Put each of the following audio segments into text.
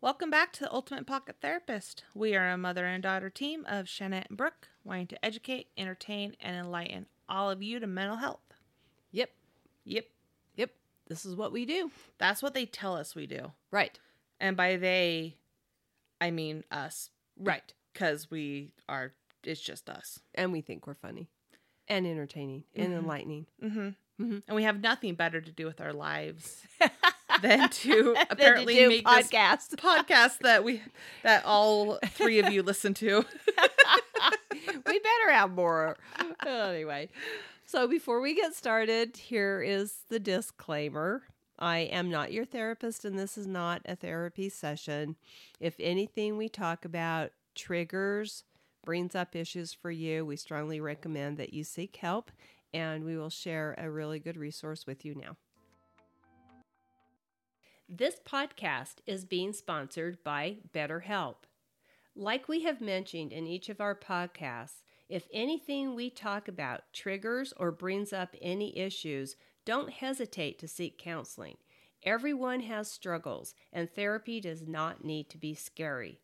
Welcome back to the Ultimate Pocket Therapist. We are a mother and daughter team of Shannon and Brooke, wanting to educate, entertain, and enlighten all of you to mental health. Yep. Yep, Yep. This is what we do. that's what they tell us we do. Right. And by they, I mean us, Right. because we are, it's just us. And we think we're funny and entertaining and Mhm. enlightening. Mm-hmm. Mhm. And we have nothing better to do with our lives than to Than to apparently do make this podcast. podcast that we that all three of you listen to. we better have more. anyway, so before we get started, here is the disclaimer. I am not your therapist, and this is not a therapy session. If anything we talk about triggers, brings up issues for you, we strongly recommend that you seek help, and we will share a really good resource with you now. This podcast is being sponsored by BetterHelp. Like we have mentioned in each of our podcasts, if anything we talk about triggers or brings up any issues, don't hesitate to seek counseling. Everyone has struggles, and therapy does not need to be scary.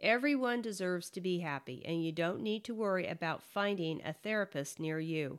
Everyone deserves to be happy, and you don't need to worry about finding a therapist near you.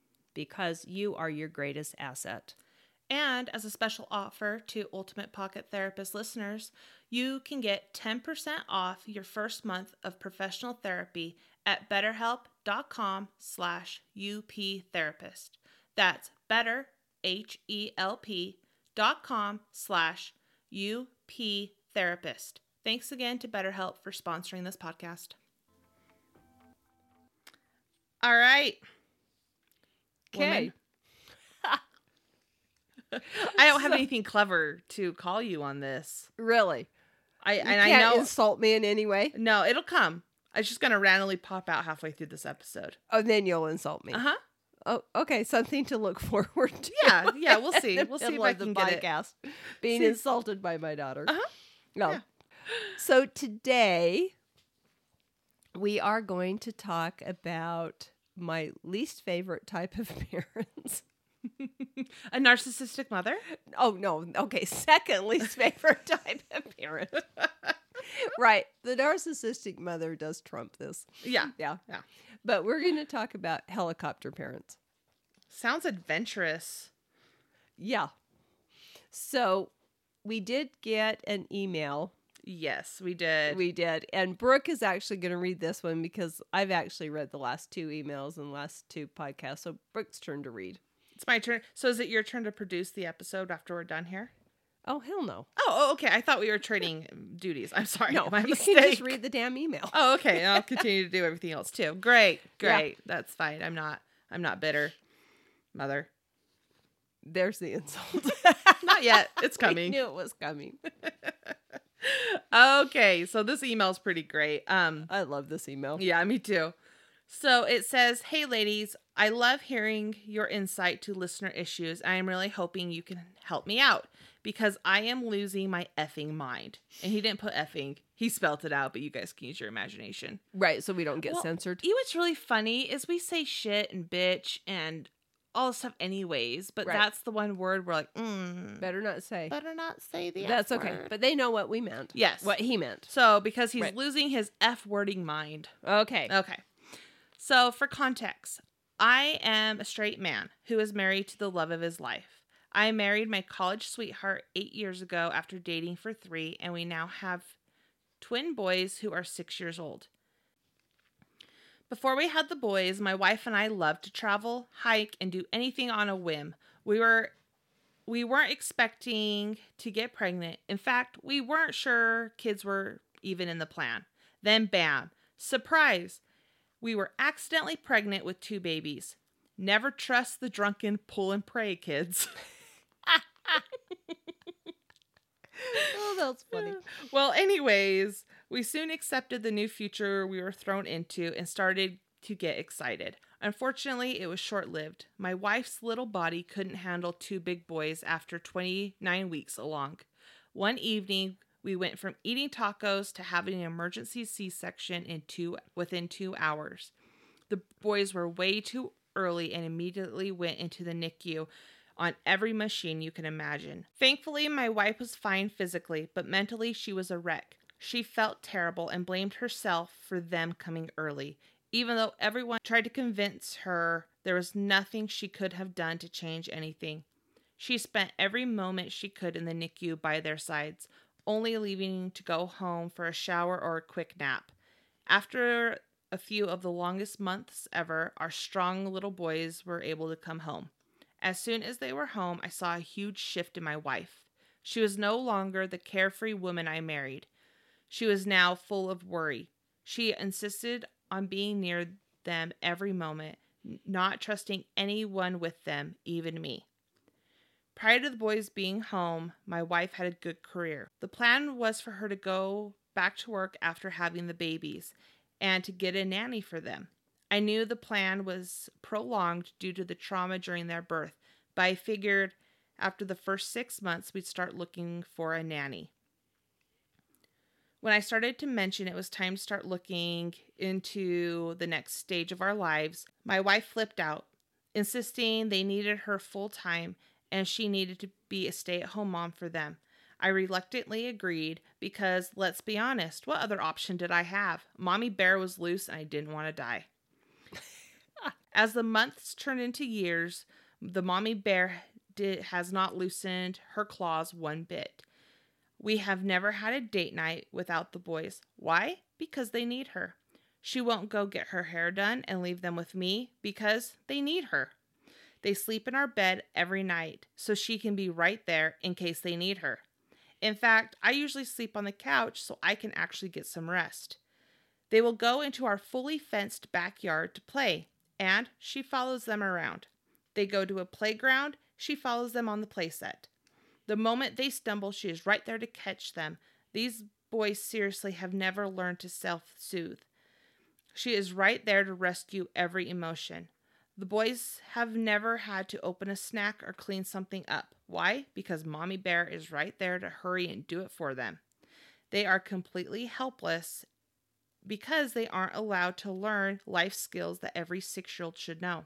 because you are your greatest asset. And as a special offer to Ultimate Pocket Therapist listeners, you can get 10% off your first month of professional therapy at betterhelp.com slash uptherapist. That's better, H-E-L-P, dot com slash uptherapist. Thanks again to BetterHelp for sponsoring this podcast. All right. woman. I don't have So- anything clever to call you on this. Really? I You and can't I know insult me in any way. no, it'll come. It's just gonna randomly pop out halfway through this episode. Oh, then you'll insult me. Uh huh. Oh, okay. Something to look forward to. Yeah, yeah. We'll in see. the We'll see if middle I of the can get it. podcast being See- insulted by my daughter. Uh-huh. No. Yeah. So today we are going to talk about my least favorite type of parents. A narcissistic mother. Oh no, okay, second least favorite type of parent. right. The narcissistic mother does trump this. Yeah, Yeah. Yeah. But we're going to talk about helicopter parents. sounds adventurous. Yeah. So we did get an email. Yes, we did. We did. And Brooke is actually going to read this one because I've actually read the last two emails and last two podcasts. So Brooke's turn to read. it's my turn. So is it your turn to produce the episode after we're done here? Oh, hell no. Oh, oh okay. I thought we were trading duties. I'm sorry. No, my you mistake. can just read the damn email. Oh, okay. And I'll continue to do everything else too. Great, Yeah. great. That's fine. I'm not. I'm not bitter, mother. There's the insult. Not yet. It's I coming. knew it was coming. okay, so this email's pretty great. Um I love this email. yeah, me too. So it says, "Hey ladies, I love hearing your insight to listener issues. I am really hoping you can help me out because I am losing my effing mind." And he didn't put effing. He spelt it out, but you guys can use your imagination. Right. So we don't get Well, censored. You know what's really funny is we say shit and bitch and all this stuff anyways, but Right. that's the one word we're like, mm, Better not say. better not say the F That's okay. word. But they know what we meant. Yes. What he meant. So because he's Right. losing his F wording mind. Okay. Okay. So for context, I am a straight man who is married to the love of his life. I married my college sweetheart eight years ago after dating for three, and we now have twin boys who are six years old. Before we had the boys, my wife and I loved to travel, hike, and do anything on a whim. We were we weren't expecting to get pregnant. In fact, we weren't sure kids were even in the plan. Then bam, surprise. We were accidentally pregnant with two babies. Never trust the drunken pull and pray kids. oh, that's funny. well, anyways, We soon accepted the new future we were thrown into and started to get excited. Unfortunately, it was short lived. My wife's little body couldn't handle two big boys after 29 weeks along. One evening, we went from eating tacos to having an emergency C-section in two within 2 hours. The boys were way too early and immediately went into the NICU on every machine you can imagine. Thankfully, my wife was fine physically, but mentally she was a wreck. She felt terrible and blamed herself for them coming early, even though everyone tried to convince her there was nothing she could have done to change anything. She spent every moment she could in the NICU by their sides, only leaving to go home for a shower or a quick nap. After a few of the longest months ever, our strong little boys were able to come home. As soon as they were home, I saw a huge shift in my wife. She was no longer the carefree woman I married. She was now full of worry. She insisted on being near them every moment, not trusting anyone with them, even me. Prior to the boys being home, my wife had a good career. The plan was for her to go back to work after having the babies and to get a nanny for them. I knew the plan was prolonged due to the trauma during their birth, but I figured after the first six months we'd start looking for a nanny. When I started to mention it was time to start looking into the next stage of our lives, my wife flipped out, insisting they needed her full time and she needed to be a stay at home mom for them. I reluctantly agreed because, let's be honest, what other option did I have? Mommy Bear was loose and I didn't want to die. As the months turned into years, the Mommy Bear did, has not loosened her claws one bit. We have never had a date night without the boys. Why? Because they need her. She won't go get her hair done and leave them with me because they need her. They sleep in our bed every night so she can be right there in case they need her. In fact, I usually sleep on the couch so I can actually get some rest. They will go into our fully fenced backyard to play, and she follows them around. They go to a playground, she follows them on the playset. The moment they stumble, she is right there to catch them. These boys seriously have never learned to self soothe. She is right there to rescue every emotion. The boys have never had to open a snack or clean something up. Why? Because Mommy Bear is right there to hurry and do it for them. They are completely helpless because they aren't allowed to learn life skills that every six year old should know.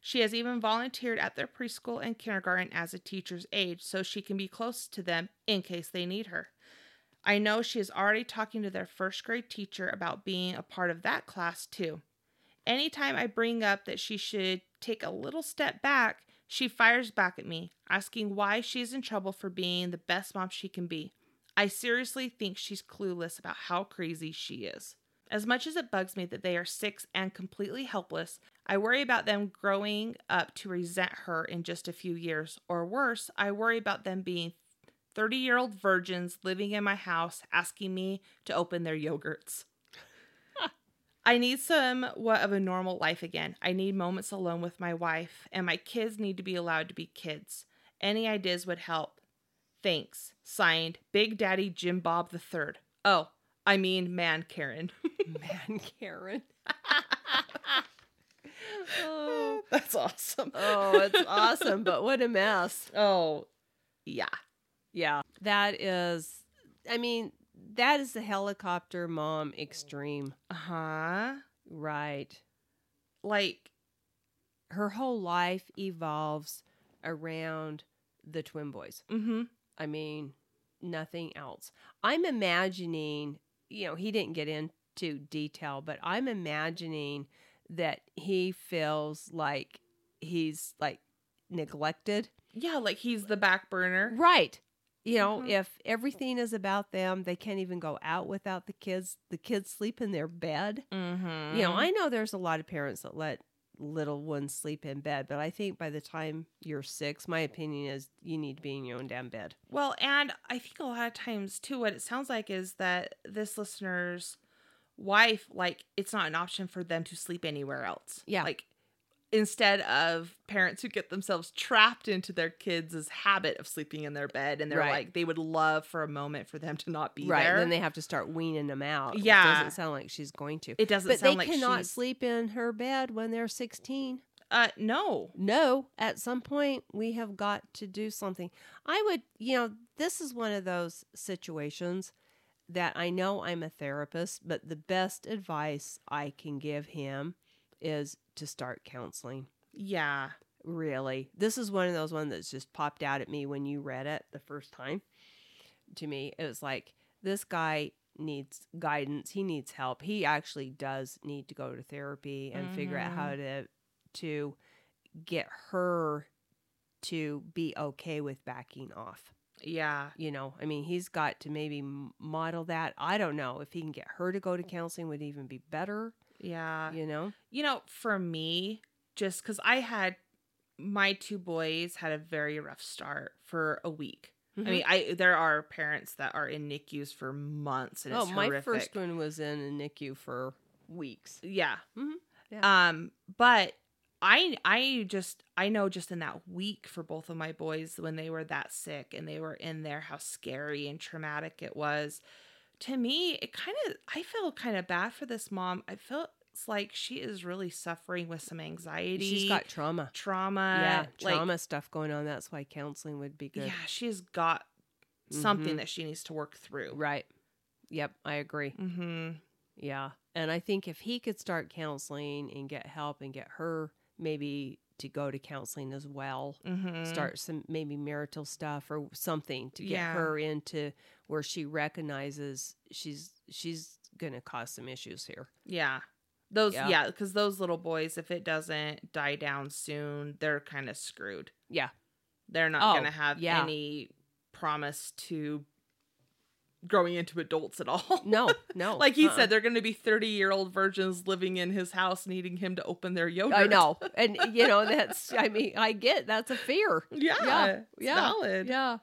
She has even volunteered at their preschool and kindergarten as a teacher's aide so she can be close to them in case they need her. I know she is already talking to their first grade teacher about being a part of that class too. Anytime I bring up that she should take a little step back, she fires back at me, asking why she's in trouble for being the best mom she can be. I seriously think she's clueless about how crazy she is. As much as it bugs me that they are six and completely helpless, I worry about them growing up to resent her in just a few years, or worse, I worry about them being 30 year old virgins living in my house asking me to open their yogurts. I need somewhat of a normal life again. I need moments alone with my wife, and my kids need to be allowed to be kids. Any ideas would help. Thanks. Signed, Big Daddy Jim Bob III. Oh, I mean, man, Karen. Man, Karen. oh, That's awesome. oh, it's awesome, but what a mess. Oh, yeah. Yeah. That is, I mean, that is the helicopter mom extreme. Uh huh. Right. Like, Her whole life evolves around the twin boys. mm-hmm. I mean, nothing else. I'm imagining, you know, he didn't get into detail, but I'm imagining that he feels like he's like neglected. Yeah, like he's the back burner. Right. You know, Mhm. if everything is about them, they can't even go out without the kids. The kids sleep in their bed. Mm-hmm. You know, I know there's a lot of parents that let little ones sleep in bed, but I think by the time you're six, my opinion is you need to be in your own damn bed. Well, and I think a lot of times too, what it sounds like is that this listener's wife, like, it's not an option for them to sleep anywhere else. Yeah. Like, instead of parents who get themselves trapped into their kids' habit of sleeping in their bed and they're Right. like they would love for a moment for them to not be right. there. Then they have to start weaning them out. which Yeah. doesn't sound like she's going to. it doesn't But they sound like cannot she's sleep in her bed when they're 16. uh no. No, at some point we have got to do something. I would, you know, this is one of those situations that I know I'm a therapist, but the best advice I can give him is to start counseling. Yeah. Really. This is one of those ones that's just popped out at me when you read it the first time to me. It was like, this guy needs guidance. He needs help. He actually does need to go to therapy and figure out Mhm. how to to get her to be okay with backing off. Yeah. You know, I mean, he's got to maybe m- model that. I don't know if he can get her to go to counseling would even be better, Yeah. you know. you know, for me, just because I had my two boys had a very rough start for a week. Mm-hmm. I mean, I there are parents that are in NICUs for months, and oh, it's my horrific. first one was in a NICU for weeks. yeah. Mhm. Um, but I I just I know just in that week for both of my boys when they were that sick and they were in there how scary and traumatic it was. To me, it kind of I feel kind of bad for this mom. I felt it's like she is really suffering with some anxiety. She's got trauma. trauma. yeah, like, trauma stuff going on. That's why counseling would be good. Yeah, she's got something Mhm. that she needs to work through. Right. Yep, I agree. Mm-hmm. Yeah. And I think if he could start counseling and get help and get her maybe to go to counseling as well, Mm-hmm. start some maybe marital stuff or something to get Yeah. her into where she recognizes she's she's going to cause some issues here. Yeah. Those Yeah. yeah, because those little boys, if it doesn't die down soon, they're kind of screwed. Yeah. They're not Oh, gonna have yeah. any promise to growing into adults at all. No, no. like he uh-uh. said, they're gonna be thirty year old virgins living in his house needing him to open their yogurt. I know. And you know that's I mean, I get that's a fear. Yeah. Yeah, Yeah. It's yeah, valid. Yeah.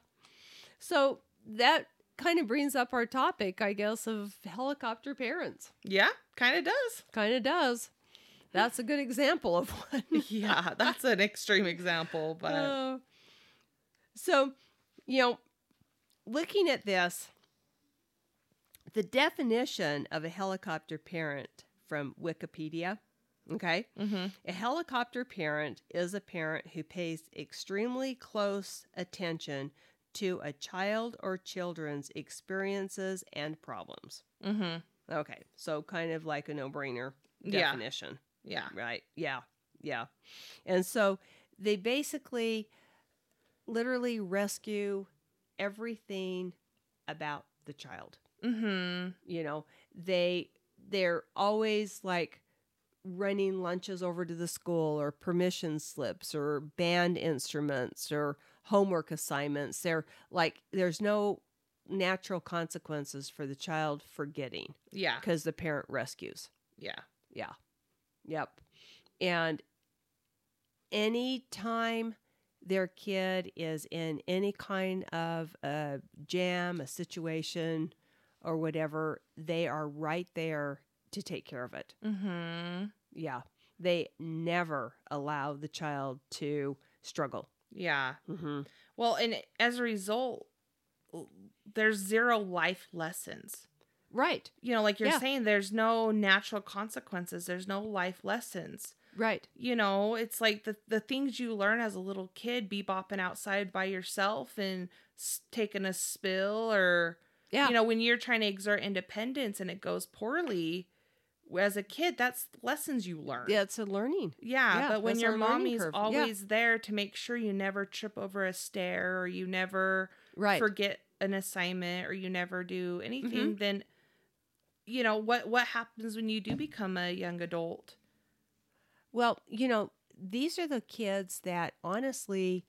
So that kind of brings up our topic, I guess, of helicopter parents. yeah kind of does. Kind of does. That's a good example of one. yeah, that's an extreme example, but Uh, so, you know, looking at this, the definition of a helicopter parent from Wikipedia, okay? mm-hmm. A helicopter parent is a parent who pays extremely close attention to a child or children's experiences and problems. Mm-hmm. Okay, so kind of like a no brainer Yeah. definition, Yeah. right? Yeah, yeah. And so they basically literally rescue everything about the child Mm-hmm. you know they they're always like running lunches over to the school or permission slips or band instruments or homework assignments they're like there's no natural consequences for the child forgetting Yeah. because the parent rescues Yeah. yeah. Yep. And anytime their kid is in any kind of a jam, a situation, or whatever, they are right there to take care of it. Mm-hmm. Yeah. They never allow the child to struggle. Yeah. Mm-hmm. Well, and as a result, there's zero life lessons. Right. You know, like you're Yeah. saying, there's no natural consequences. There's no life lessons. Right. You know, it's like the the things you learn as a little kid, be bopping outside by yourself and s- taking a spill, or Yeah. you know, when you're trying to exert independence and it goes poorly. As a kid, that's lessons you learn. yeah. It's a learning. Yeah, Yeah, but when that's your our learning mommy's curve. Yeah. always there to make sure you never trip over a stair or you never Right. Mm-hmm. forget an assignment or you never do anything, then you know what what happens when you do become a young adult? Well, you know, these are the kids that honestly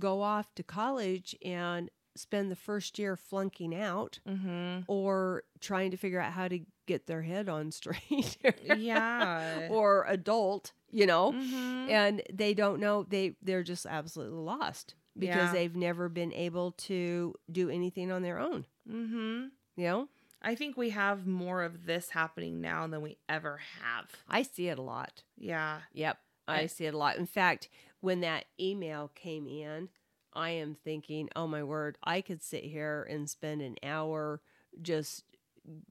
go off to college and spend the first year flunking out Mm-hmm. or trying to figure out how to get their head on straight Yeah. or adult, you know, Mhm. and they don't know they they're just absolutely lost because Yeah. they've never been able to do anything on their own, Mhm. you know? I think we have more of this happening now than we ever have. I see it a lot. Yeah. Yep. I see it a lot. In fact, when that email came in, I am thinking, oh my word, I could sit here and spend an hour just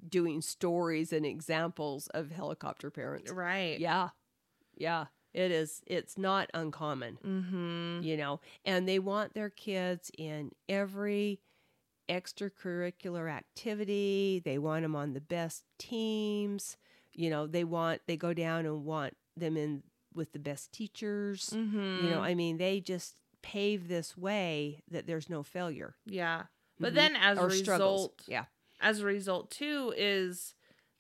doing stories and examples of helicopter parents. Right. Yeah. Yeah. It is, it's not uncommon, Mm-hmm. you know, and they want their kids in every extracurricular activity. They want them on the best teams. You know, they want, they go down and want them in with the best teachers. Mm-hmm. You know, I mean, they just pave this way that there's no failure. yeah. But Mhm. then as a or result, struggles. Yeah. as a result too is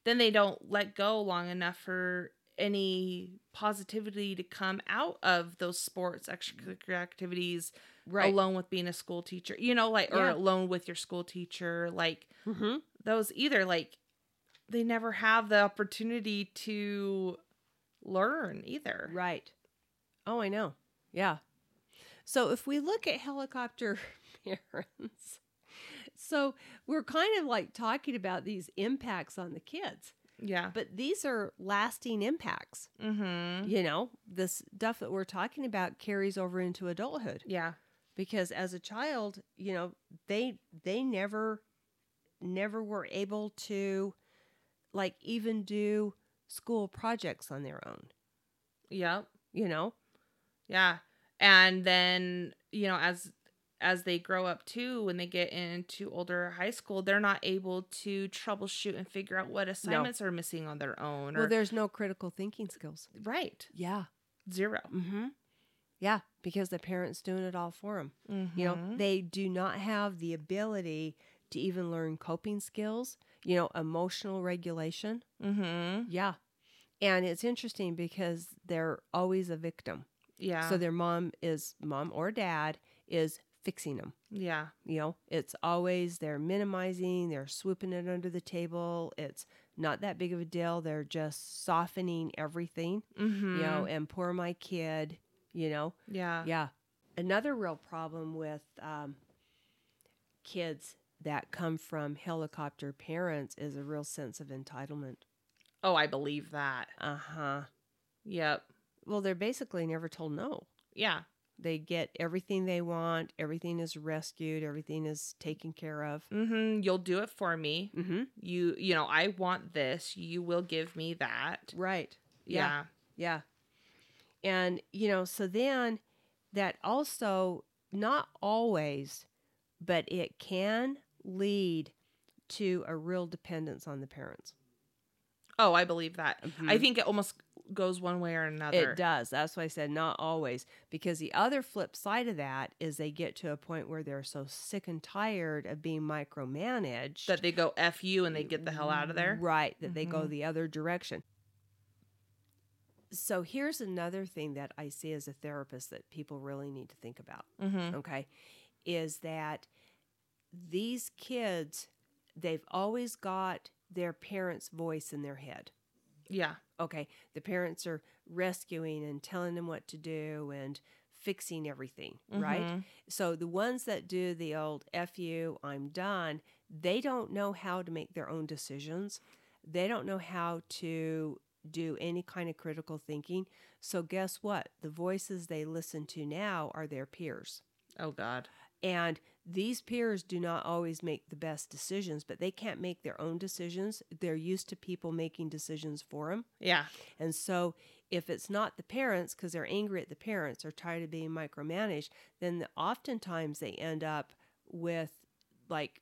then they don't let go long enough for any positivity to come out of those sports extracurricular activities Right. alone with being a school teacher you know like or Yeah. alone with your school teacher like Mm-hmm. those either like they never have the opportunity to learn either Right. Oh, I know. Yeah. So if we look at helicopter parents, so we're kind of like talking about these impacts on the kids, yeah but these are lasting impacts. mm-hmm You know, this stuff that we're talking about carries over into adulthood. yeah because as a child you know they they never never were able to like even do school projects on their own yep you know Yeah. And then, you know, as as they grow up too, when they get into older high school, they're not able to troubleshoot and figure out what assignments are missing on their own well or there's no critical thinking skills right. yeah Zero. mm-hmm yeah because the parents doing it all for them you know Mhm. they do not have the ability to even learn coping skills you know emotional regulation Mhm. yeah and it's interesting because they're always a victim Yeah. So their mom is mom or dad is fixing them. yeah. You know, it's always they're minimizing, they're swooping it under the table. It's not that big of a deal. They're just softening everything, Mhm. you know, and poor my kid, you know. yeah. Yeah. Another real problem with um, kids that come from helicopter parents is a real sense of entitlement. Oh, I believe that. Uh huh. Yep. Well, they're basically never told no. Yeah. they get everything they want everything is rescued everything is taken care of Mhm. You'll do it for me. mm-hmm. You you know, I want this. You will give me that. right yeah Yeah. yeah and you know so then that also not always but it can lead to a real dependence on the parents Oh, I believe that. I Mhm. think it almost goes one way or another. it does that's why i said not always because the other flip side of that is they get to a point where they're so sick and tired of being micromanaged that they go f you and they get the hell out of there. Right, that they go Mhm. the other direction. So here's another thing that I see as a therapist that people really need to think about, Mm-hmm. okay? Is that these kids, they've always got their parents' voice in their head. Yeah. Okay, the parents are rescuing and telling them what to do and fixing everything, right? Mhm. So the ones that do the old F you, I'm done, they don't know how to make their own decisions. They don't know how to do any kind of critical thinking. So guess what? The voices they listen to now are their peers. Oh God. And these peers do not always make the best decisions, but they can't make their own decisions. They're used to people making decisions for them. Yeah. And so, if it's not the parents because they're angry at the parents or tired of being micromanaged, then the- oftentimes they end up with like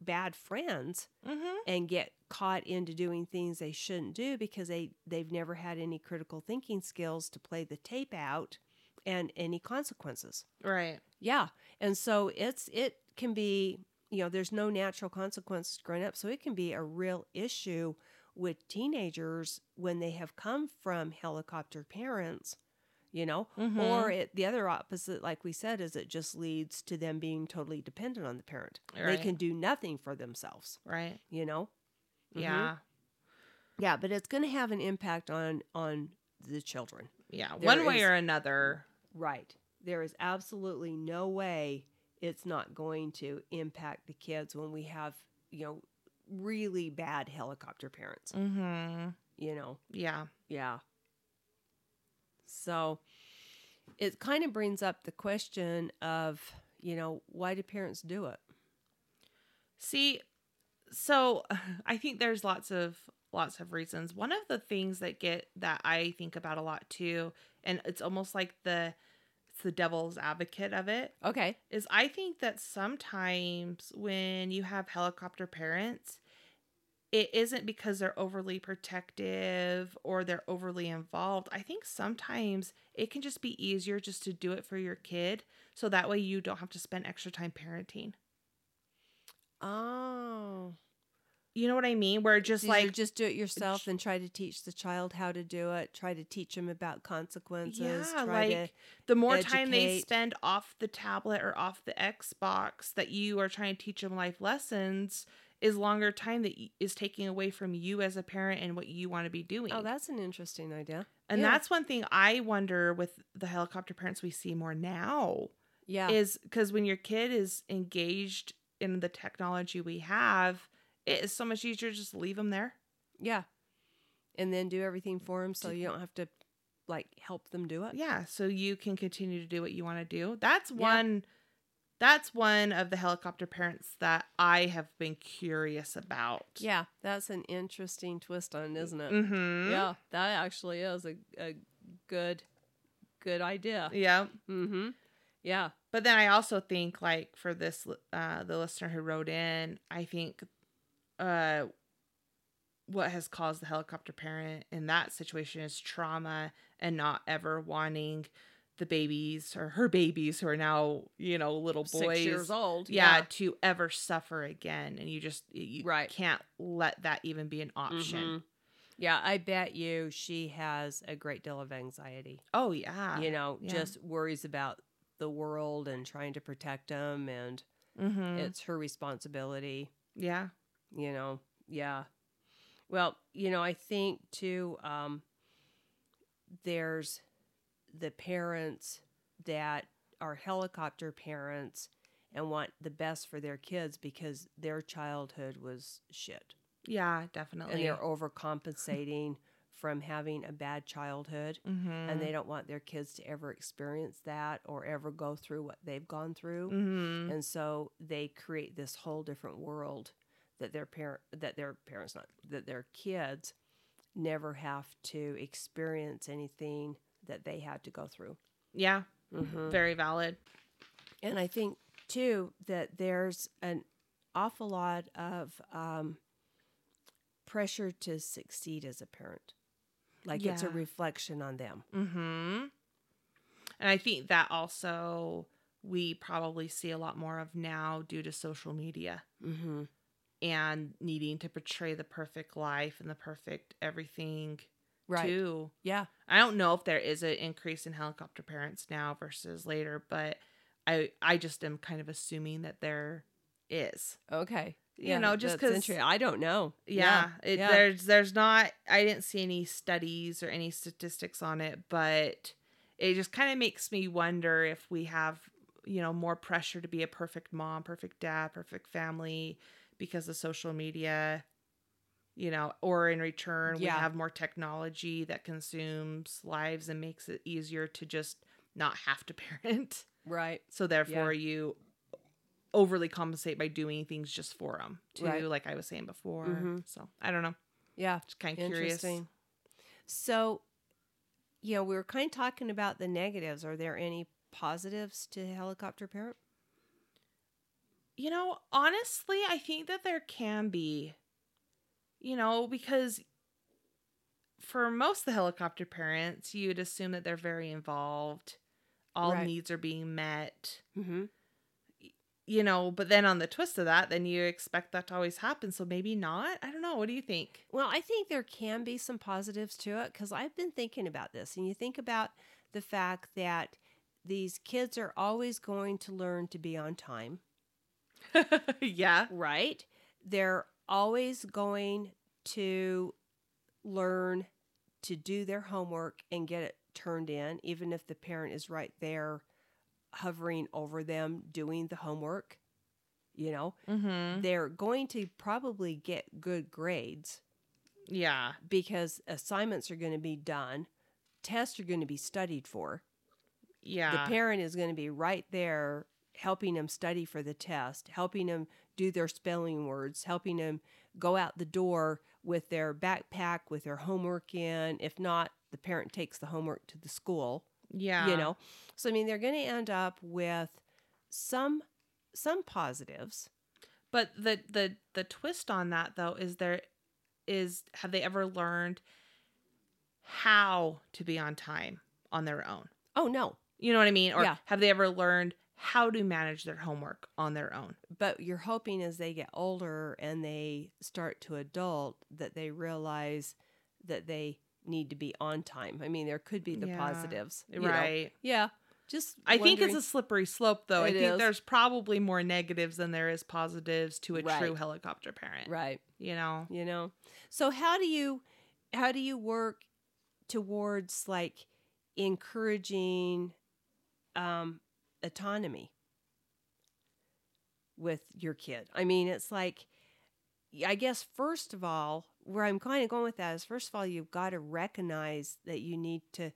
bad friends Mm-hmm. and get caught into doing things they shouldn't do because they they've never had any critical thinking skills to play the tape out and any consequences. Right. Yeah. And so it's it can be, you know, there's no natural consequences growing up. So it can be a real issue with teenagers when they have come from helicopter parents, you know, Mhm. or it, the other opposite, like we said, is it just leads to them being totally dependent on the parent. Right. They can do nothing for themselves, Right. you know? Mhm. Yeah. Yeah. But it's going to have an impact on, on the children. Yeah. There One way is- or another. Right. There is absolutely no way it's not going to impact the kids when we have, you know, really bad helicopter parents, Mm-hmm. you know. Yeah. Yeah. So it kind of brings up the question of, you know, why do parents do it? See, so I think there's lots of lots of reasons. One of the things that get that I think about a lot too, and it's almost like the it's the devil's advocate of it, Okay. is I think that sometimes when you have helicopter parents, it isn't because they're overly protective or they're overly involved. I think sometimes it can just be easier just to do it for your kid so that way you don't have to spend extra time parenting. Oh. You know what I mean? Where It's just easier like just do it yourself and try to teach the child how to do it. Try to teach them about consequences. Yeah, try like, the more time they educate. spend off the tablet or off the Xbox that you are trying to teach them life lessons is longer time that y- is taking away from you as a parent and what you want to be doing. to. Oh, that's an interesting idea. and yeah. that's one thing I wonder with the helicopter parents we see more now Yeah. is because when your kid is engaged in the technology we have, it is so much easier to just leave them there. yeah. And then do everything for them so Do- you don't have to like help them do it. yeah so you can continue to do what you want to do that's Yeah. one that's one of the helicopter parents that i have been curious about Yeah, that's an interesting twist on, it, isn't it? mm-hmm yeah Yeah, that actually is a, a good good idea. yeah Mm-hmm. Yeah. but then i also think like for this li- uh the listener who wrote in i think uh what has caused the helicopter parent in that situation is trauma and not ever wanting the babies or her babies who are now you know little boys Six years old. yeah, to ever suffer again and you just you Right. can't let that even be an option Mhm. Yeah, I bet you she has a great deal of anxiety. oh yeah you know, yeah. just worries about the world and trying to protect them and Mhm. it's her responsibility, yeah you know. Yeah. Well, you know, I think too um there's the parents that are helicopter parents and want the best for their kids because their childhood was shit. yeah definitely and they're overcompensating from having a bad childhood Mhm. and they don't want their kids to ever experience that or ever go through what they've gone through Mhm. and so they create this whole different world that their parent that their parents not that their kids never have to experience anything that they had to go through yeah Mhm. very valid And I think too that there's an awful lot of um, pressure to succeed as a parent. Like it's a Yeah. reflection on them. mhm and i think that also we probably see a lot more of now due to social media Mm-hmm. and needing to portray the perfect life and the perfect everything Right. too Yeah. I don't know if there is an increase in helicopter parents now versus later, but I I just am kind of assuming that there is. Okay. You know, just that's 'cause- interesting. I don't know. Yeah, It, yeah. there's there's not. I didn't see any studies or any statistics on it, but it just kind of makes me wonder if we have you know more pressure to be a perfect mom, perfect dad, perfect family because of social media. You know, or in return, Yeah. we have more technology that consumes lives and makes it easier to just not have to parent. Right. So therefore, you overly compensate by doing things just for them, too, Right. like I was saying before. Mhm. So I don't know. Yeah. Just kind of curious. Interesting. So, you know, we were kind of talking about the negatives. Are there any positives to helicopter parent? You know, honestly, I think that there can be, you know, because for most of the helicopter parents, you'd assume that they're very involved, all Right. needs are being met. Mm-hmm. You know, but then on the twist of that, then you expect that to always happen. So maybe not. I don't know. What do you think? Well, I think there can be some positives to it because I've been thinking about this. And you think about the fact that these kids are always going to learn to be on time, yeah. right? They're always going to learn to do their homework and get it turned in, even if the parent is right there hovering over them doing the homework. You know, Mm-hmm. they're going to probably get good grades Yeah. because assignments are going to be done tests are going to be studied for. Yeah. The parent is going to be right there helping them study for the test, helping them do their spelling words, helping them go out the door with their backpack with their homework in. If not, the parent takes the homework to the school, yeah. you know. So I mean, they're going to end up with some some positives. But the the the twist on that though is there is have they ever learned how to be on time on their own? Oh no, You know what I mean? Or Yeah. have they ever learned how to manage their homework on their own? but you're hoping as they get older and they start to adult that they realize that they need to be on time. I mean, there could be the Yeah. positives, you know. right. Yeah, just I think it's wondering- a slippery slope though. I It think is. there's probably more negatives than there is positives to a true Right. helicopter parent. right. You know? you know so how do you how do you work towards like encouraging um autonomy with your kid i mean it's like i guess first of all where i'm kind of going with that is first of all you've got to recognize that you need to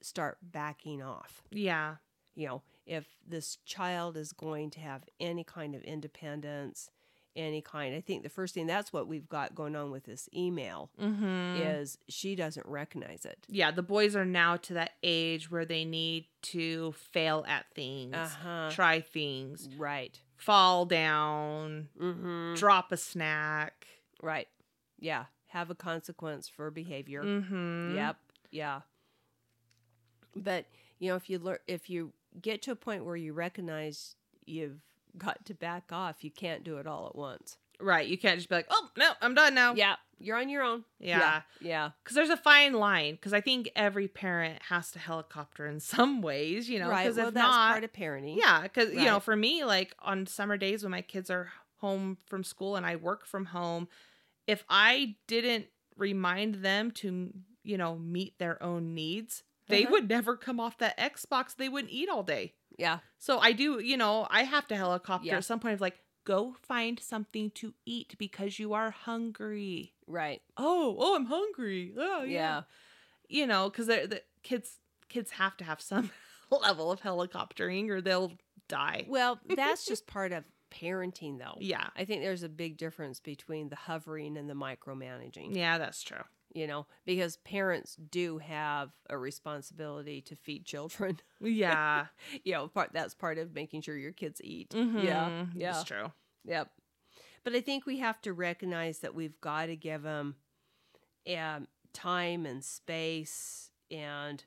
start backing off Yeah. you know, if this child is going to have any kind of independence, any kind, I think the first thing that's what we've got going on with this email Mm-hmm. is she doesn't recognize it. Yeah, the boys are now to that age where they need to fail at things, Uh huh. try things, Right. fall down, Mm-hmm. drop a snack. Right. Yeah. Have a consequence for behavior. Mm-hmm. Yep. Yeah. But you know, if you learn, if you get to a point where you recognize you've got to back off, you can't do it all at once. Right. You can't just be like, oh, no, I'm done now. Yeah, you're on your own. Yeah. Yeah. Because there's a fine line. Because I think every parent has to helicopter in some ways, you know. right. Because well, if that's not, part of parenting. Yeah, because you know, Right. for me, like on summer days when my kids are home from school and I work from home, if I didn't remind them to, you know, meet their own needs, they Uh-huh. would never come off that Xbox. They wouldn't eat all day. Yeah. So I do, you know, I have to helicopter Yeah. at some point of like, go find something to eat because you are hungry. Right. Oh, oh, I'm hungry. Oh, yeah. you know, because the kids kids have to have some level of helicoptering or they'll die. Well, that's just part of parenting, though. Yeah. I think there's a big difference between the hovering and the micromanaging, Yeah, that's true. you know, because parents do have a responsibility to feed children. Yeah. you know, part that's part of making sure your kids eat. Yeah. Mhm. Yeah. That's true. Yep. But I think we have to recognize that we've got to give them um, time and space and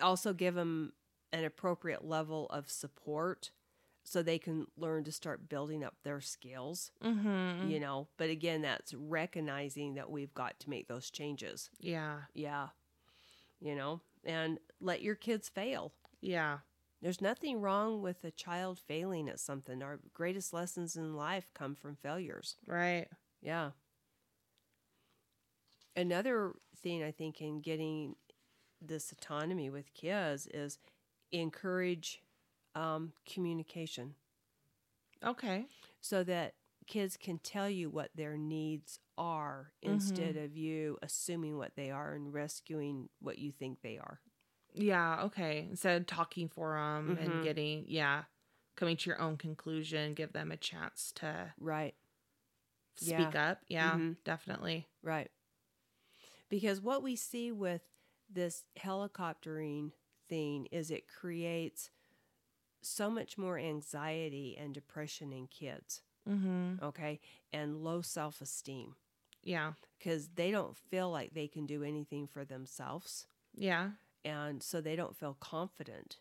also give them an appropriate level of support so they can learn to start building up their skills, Mm-hmm. you know. But again, that's recognizing that we've got to make those changes. Yeah. Yeah. You know, and let your kids fail. Yeah. There's nothing wrong with a child failing at something. Our greatest lessons in life come from failures. Right. Yeah. Another thing I think in getting this autonomy with kids is encourage um, communication Okay. so that kids can tell you what their needs are instead of you assuming what they are and rescuing what you think they are. Yeah. Okay. Instead of talking for them Mhm. and getting, yeah, coming to your own conclusion, give them a chance to Right. Yeah. speak up. Yeah. Mhm. Definitely. Right. Because what we see with this helicoptering thing is it creates so much more anxiety and depression in kids, Mm-hmm. okay? And low self esteem Yeah. because they don't feel like they can do anything for themselves. Yeah. And so they don't feel confident.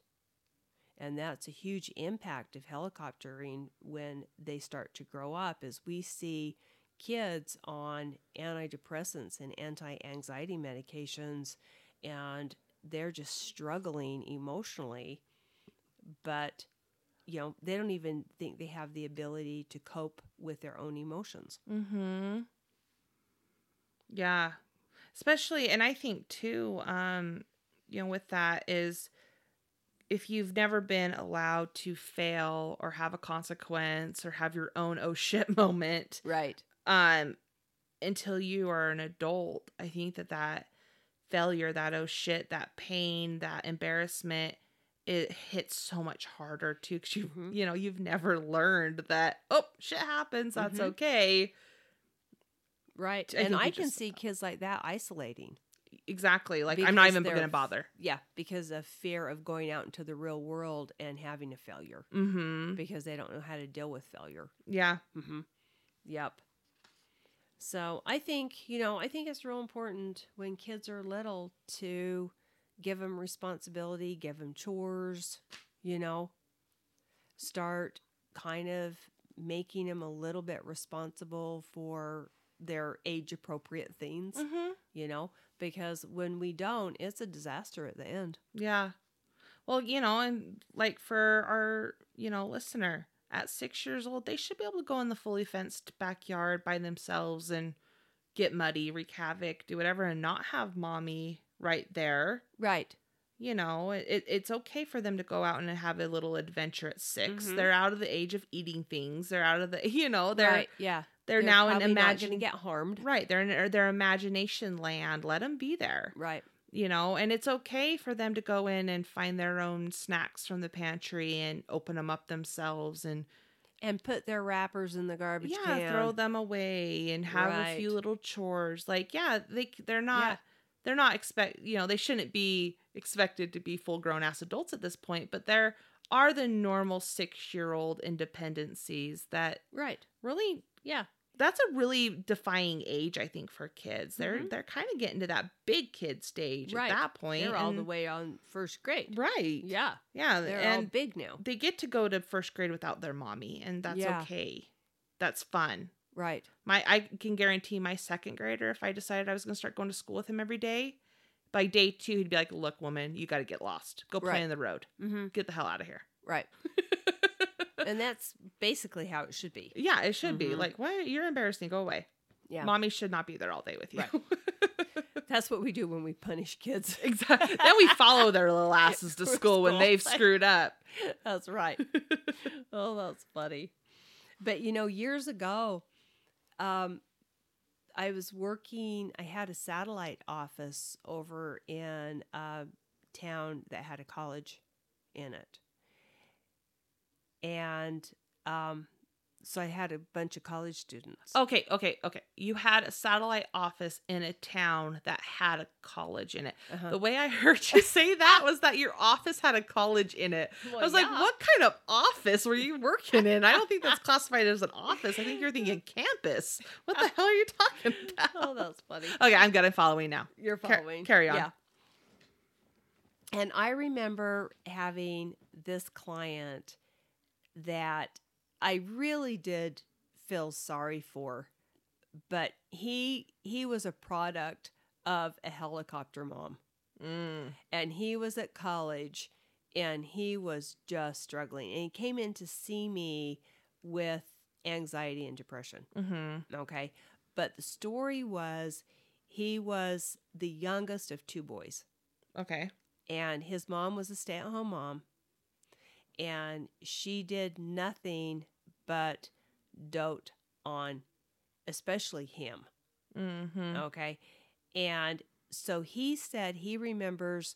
And that's a huge impact of helicoptering when they start to grow up is we see kids on antidepressants and anti-anxiety medications and they're just struggling emotionally but you know they don't even think they have the ability to cope with their own emotions Mm-hmm. Yeah. Especially and I think too, um, you know, with that is if you've never been allowed to fail or have a consequence or have your own oh shit moment, right um, until you are an adult, I think that that failure, that oh shit, that pain, that embarrassment, it hits so much harder too because you Mhm. you know you've never learned that oh shit happens, that's Mhm. okay. Right. I and think you I can just- see kids like that isolating. Exactly. Like I'm not Because even they're- gonna bother. Yeah, because of fear of going out into the real world and having a failure Mm-hmm. because they don't know how to deal with failure. Yeah. Mm-hmm. Yep. So I think, you know, I think it's real important when kids are little to give them responsibility, give them chores, you know, start kind of making them a little bit responsible for their age appropriate things, Mm-hmm. you know, because when we don't, it's a disaster at the end. Yeah. Well, you know, and like for our, you know, listener, at six years old, they should be able to go in the fully fenced backyard by themselves and get muddy, wreak havoc, do whatever, and not have mommy right there. Right. You know, it, it's okay for them to go out and have a little adventure at 6 they Mhm. They're out of the age of eating things. They're out of the, you know, they're right. Yeah. they're, now in probably not gonna imagine get harmed. right. They're in their imagination land. Let them be there Right. you know, and it's okay for them to go in and find their own snacks from the pantry and open them up themselves and And put their wrappers in the garbage yeah, can. throw them away and have a few Right. little chores. Like yeah, they c- they're not Yeah. they're not expect you know they shouldn't be expected to be full grown ass adults at this point, but there are the normal six year old independencies that Right. really Yeah. that's a really defining age I think for kids. They're Mhm. they're kind of getting to that big kid stage Right. at that point. They're all the and- way on first grade. right. Yeah. Yeah, Mm-hmm. They're all and big now. they get to go to first grade without their mommy, and that's Yeah. okay. That's fun. Right. My I can guarantee my second grader, if I decided I was going to start going to school with him every day, by day two he'd be like, "Look, woman, you got to get lost. Go play Right. in the road. Mm-hmm. Get the hell out of here." Right. and that's basically how it should be. Yeah, it should be Mhm. like, "What? You're embarrassing. Go away. Yeah. Mommy should not be there all day with you." That's what we do when we punish kids. exactly. Then we follow their little asses to To school when school. they've screwed up. that's right. oh, that's funny. But you know, years ago, um, I was working. I had a satellite office over in a town that had a college in it, and um, so I had a bunch of college students. Okay, okay, okay. You had a satellite office in a town that had a college in it. Uh-huh. The way I heard you say that was that your office had a college in it. I was like, what kind of office were you working in? I don't think that's classified as an office. I think you're thinking campus. What the hell are you talking Oh, about? that's funny. Okay, I'm good. I'm following now. You're Car- following. carry on. Yeah. And I remember having this client that I really did feel sorry for, but he he was a product of a helicopter mom, Mm, and he was at college, and he was just struggling, and he came in to see me with anxiety and depression. Mm-hmm. Okay. But the story was he was the youngest of two boys, Okay. and his mom was a stay at home mom, and she did nothing but dote on, especially him. Mm-hmm. Okay. And so he said he remembers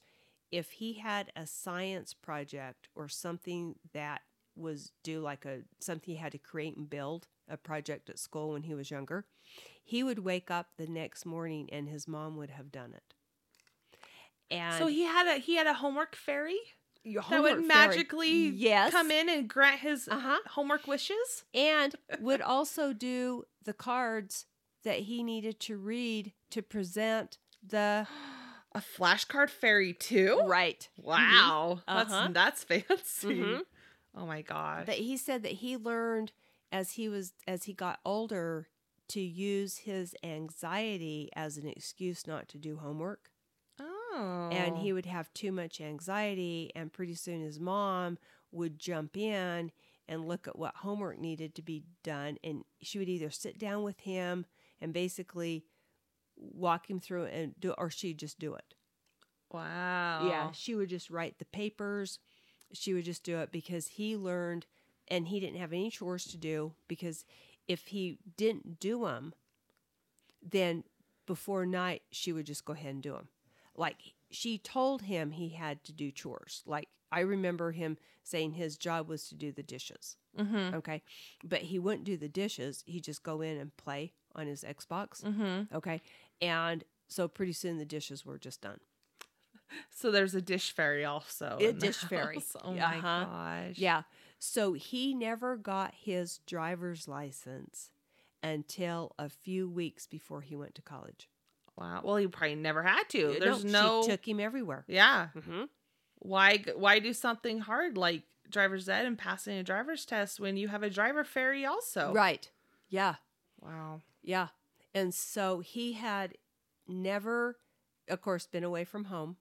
if he had a science project or something that was due like a something he had to create and build a project at school when he was younger he would wake up the next morning and his mom would have done it and So he had a he had a homework fairy your that would homework fairy- magically yes come in and grant his uh-huh homework wishes. and would also do the cards that he needed to read to present the A flashcard fairy too? right Wow, Uh-huh. that's that's fancy. Mhm. Oh my gosh. that he said that he learned as he was as he got older to use his anxiety as an excuse not to do homework oh, and he would have too much anxiety and pretty soon his mom would jump in and look at what homework needed to be done and she would either sit down with him and basically walk him through it and do or she'd just do it wow. yeah, she would just write the papers. She would just do it because he learned and he didn't have any chores to do because if he didn't do them, then before night she would just go ahead and do them. like she told him he had to do chores. Like I remember him saying his job was to do the dishes. Mm-hmm. Okay. But he wouldn't do the dishes. He'd just go in and play on his Xbox. Mm-hmm. Okay. And so pretty soon the dishes were just done. So there's a dish fairy also. A in the dish fairy. house. Oh my Uh-huh. gosh. Yeah. So he never got his driver's license until a few weeks before he went to college. Wow. Well, he probably never had to. Uh, There's no. She took him everywhere. yeah. Mm-hmm. Why? g- Why do something hard like driver's ed and passing a driver's test when you have a driver fairy also? Right. Yeah. Wow. Yeah. And so he had never, of course, been away from home.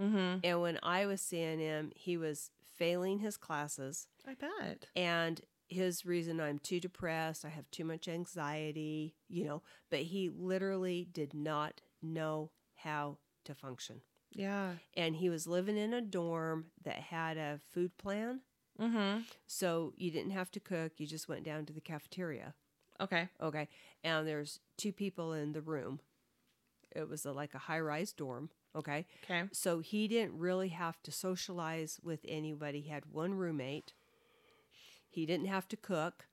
Mm-hmm. And when I was seeing him, he was failing his classes. I bet. And his reason I'm too depressed, I have too much anxiety, you know, but he literally did not know how to function. Yeah. And he was living in a dorm that had a food plan. Mm-hmm. So you didn't have to cook, you just went down to the cafeteria. Okay. Okay. And there's two people in the room. It was a, like a high rise dorm. Okay. Okay. So he didn't really have to socialize with anybody. He had one roommate. He didn't have to cook.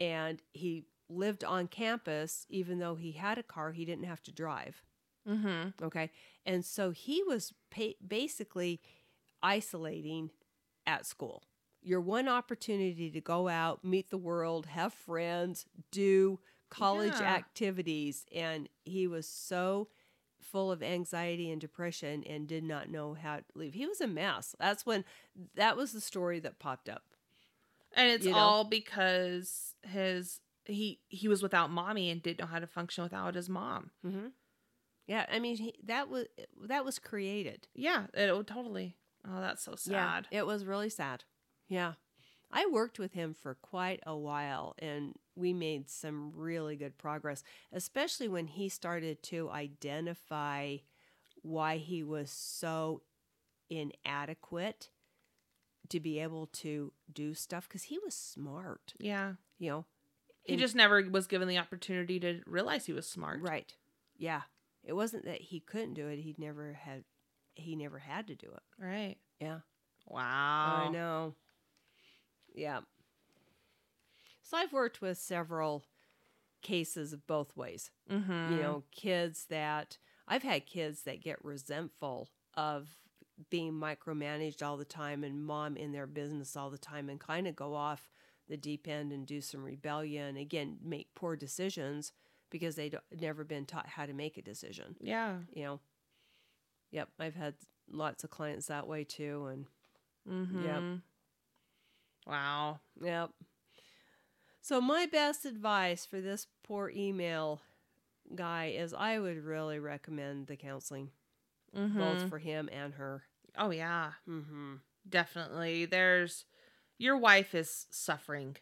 And he lived on campus, even though he had a car, he didn't have to drive. Mm-hmm. Okay. And so he was pa- basically isolating at school. Your one opportunity to go out, meet the world, have friends, do college Yeah. activities. And he was so full of anxiety and depression and did not know how to leave. He was a mess. That's when that was the story that popped up. And it's You know? all because his he he was without mommy and didn't know how to function without his mom. Mm-hmm. Yeah. I mean, he, that was that was created. Yeah. It, oh, totally. Oh, that's so sad. Yeah, it was really sad. Yeah. I worked with him for quite a while and we made some really good progress, especially when he started to identify why he was so inadequate to be able to do stuff because he was smart, yeah. you know. He In- just never was given the opportunity to realize he was smart. right. Yeah. It wasn't that he couldn't do it, he never had he never had to do it. Right. Yeah. Wow. I know. Yeah. So I've worked with several cases of both ways. Mm-hmm. You know, kids that I've had kids that get resentful of being micromanaged all the time and mom in their business all the time and kind of go off the deep end and do some rebellion. Again, make poor decisions because they've never been taught how to make a decision Yeah. you know. Yep, I've had lots of clients that way too, and Mm-hmm. Wow. yep. So my best advice for this poor email guy is I would really recommend the counseling, Mm-hmm. both for him and her. oh yeah, Mm-hmm. definitely. There's your wife is suffering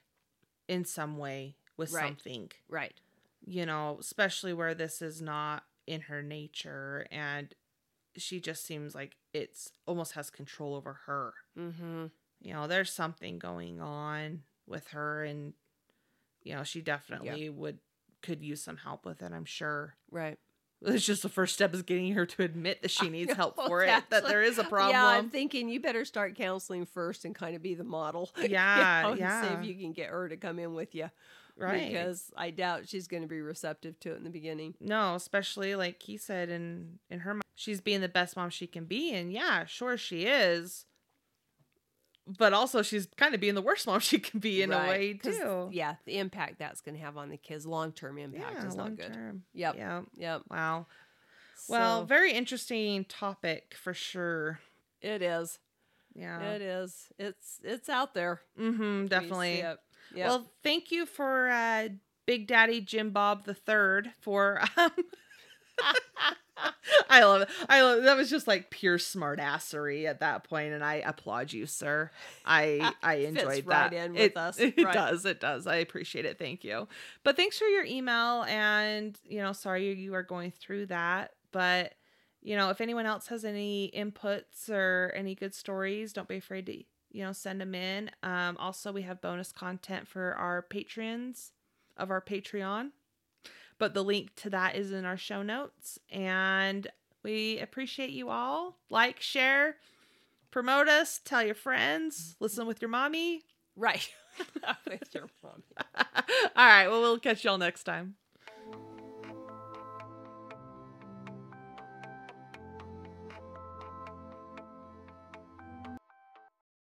in some way with Right. something. Right. You know, especially where this is not in her nature and she just seems like it's almost has control over her. Mm-hmm. You know, there's something going on with her and you know, she definitely would could use some help with it, I'm sure. Right. It's just the first step is getting her to admit that she I needs help know, for it, that that's there is a Yeah, I'm problem. thinking you better start counseling first and kind of be the model. Yeah, you yeah, know, and see if you can get her to come in with you. right. Because I doubt she's going to be receptive to it in the beginning. no, especially like he said in in her, mi- she's being the best mom she can be, and yeah, sure she is. But also, she's kind of being the worst mom she can be in a Right, way 'cause, too. Yeah, the impact that's going to have on the kids, long term impact is not good. long-term. Yep, yep. Yeah. Wow. So, Well, very interesting topic for sure. it is. Yeah. It is. It's it's out there. mm-hmm. We see Uh, Definitely. it. Yep. Well, thank you for uh, Big Daddy Jim Bob the Third for. Um, I love it. I love that was just like pure smartassery at that point, and I applaud you, sir. I I Fits enjoyed right that. in It- with us. It Right. does. It does. I appreciate it. Thank you. But thanks for your email, and you know, sorry you are going through that, but. You know, if anyone else has any inputs or any good stories, don't be afraid to you know send them in um also we have bonus content for our patrons of our patreon but the link to that is in our show notes and We appreciate you all. Like, share, promote us, tell your friends, listen with your mommy. Right. With your mommy. all right. Well, we'll catch y'all next time.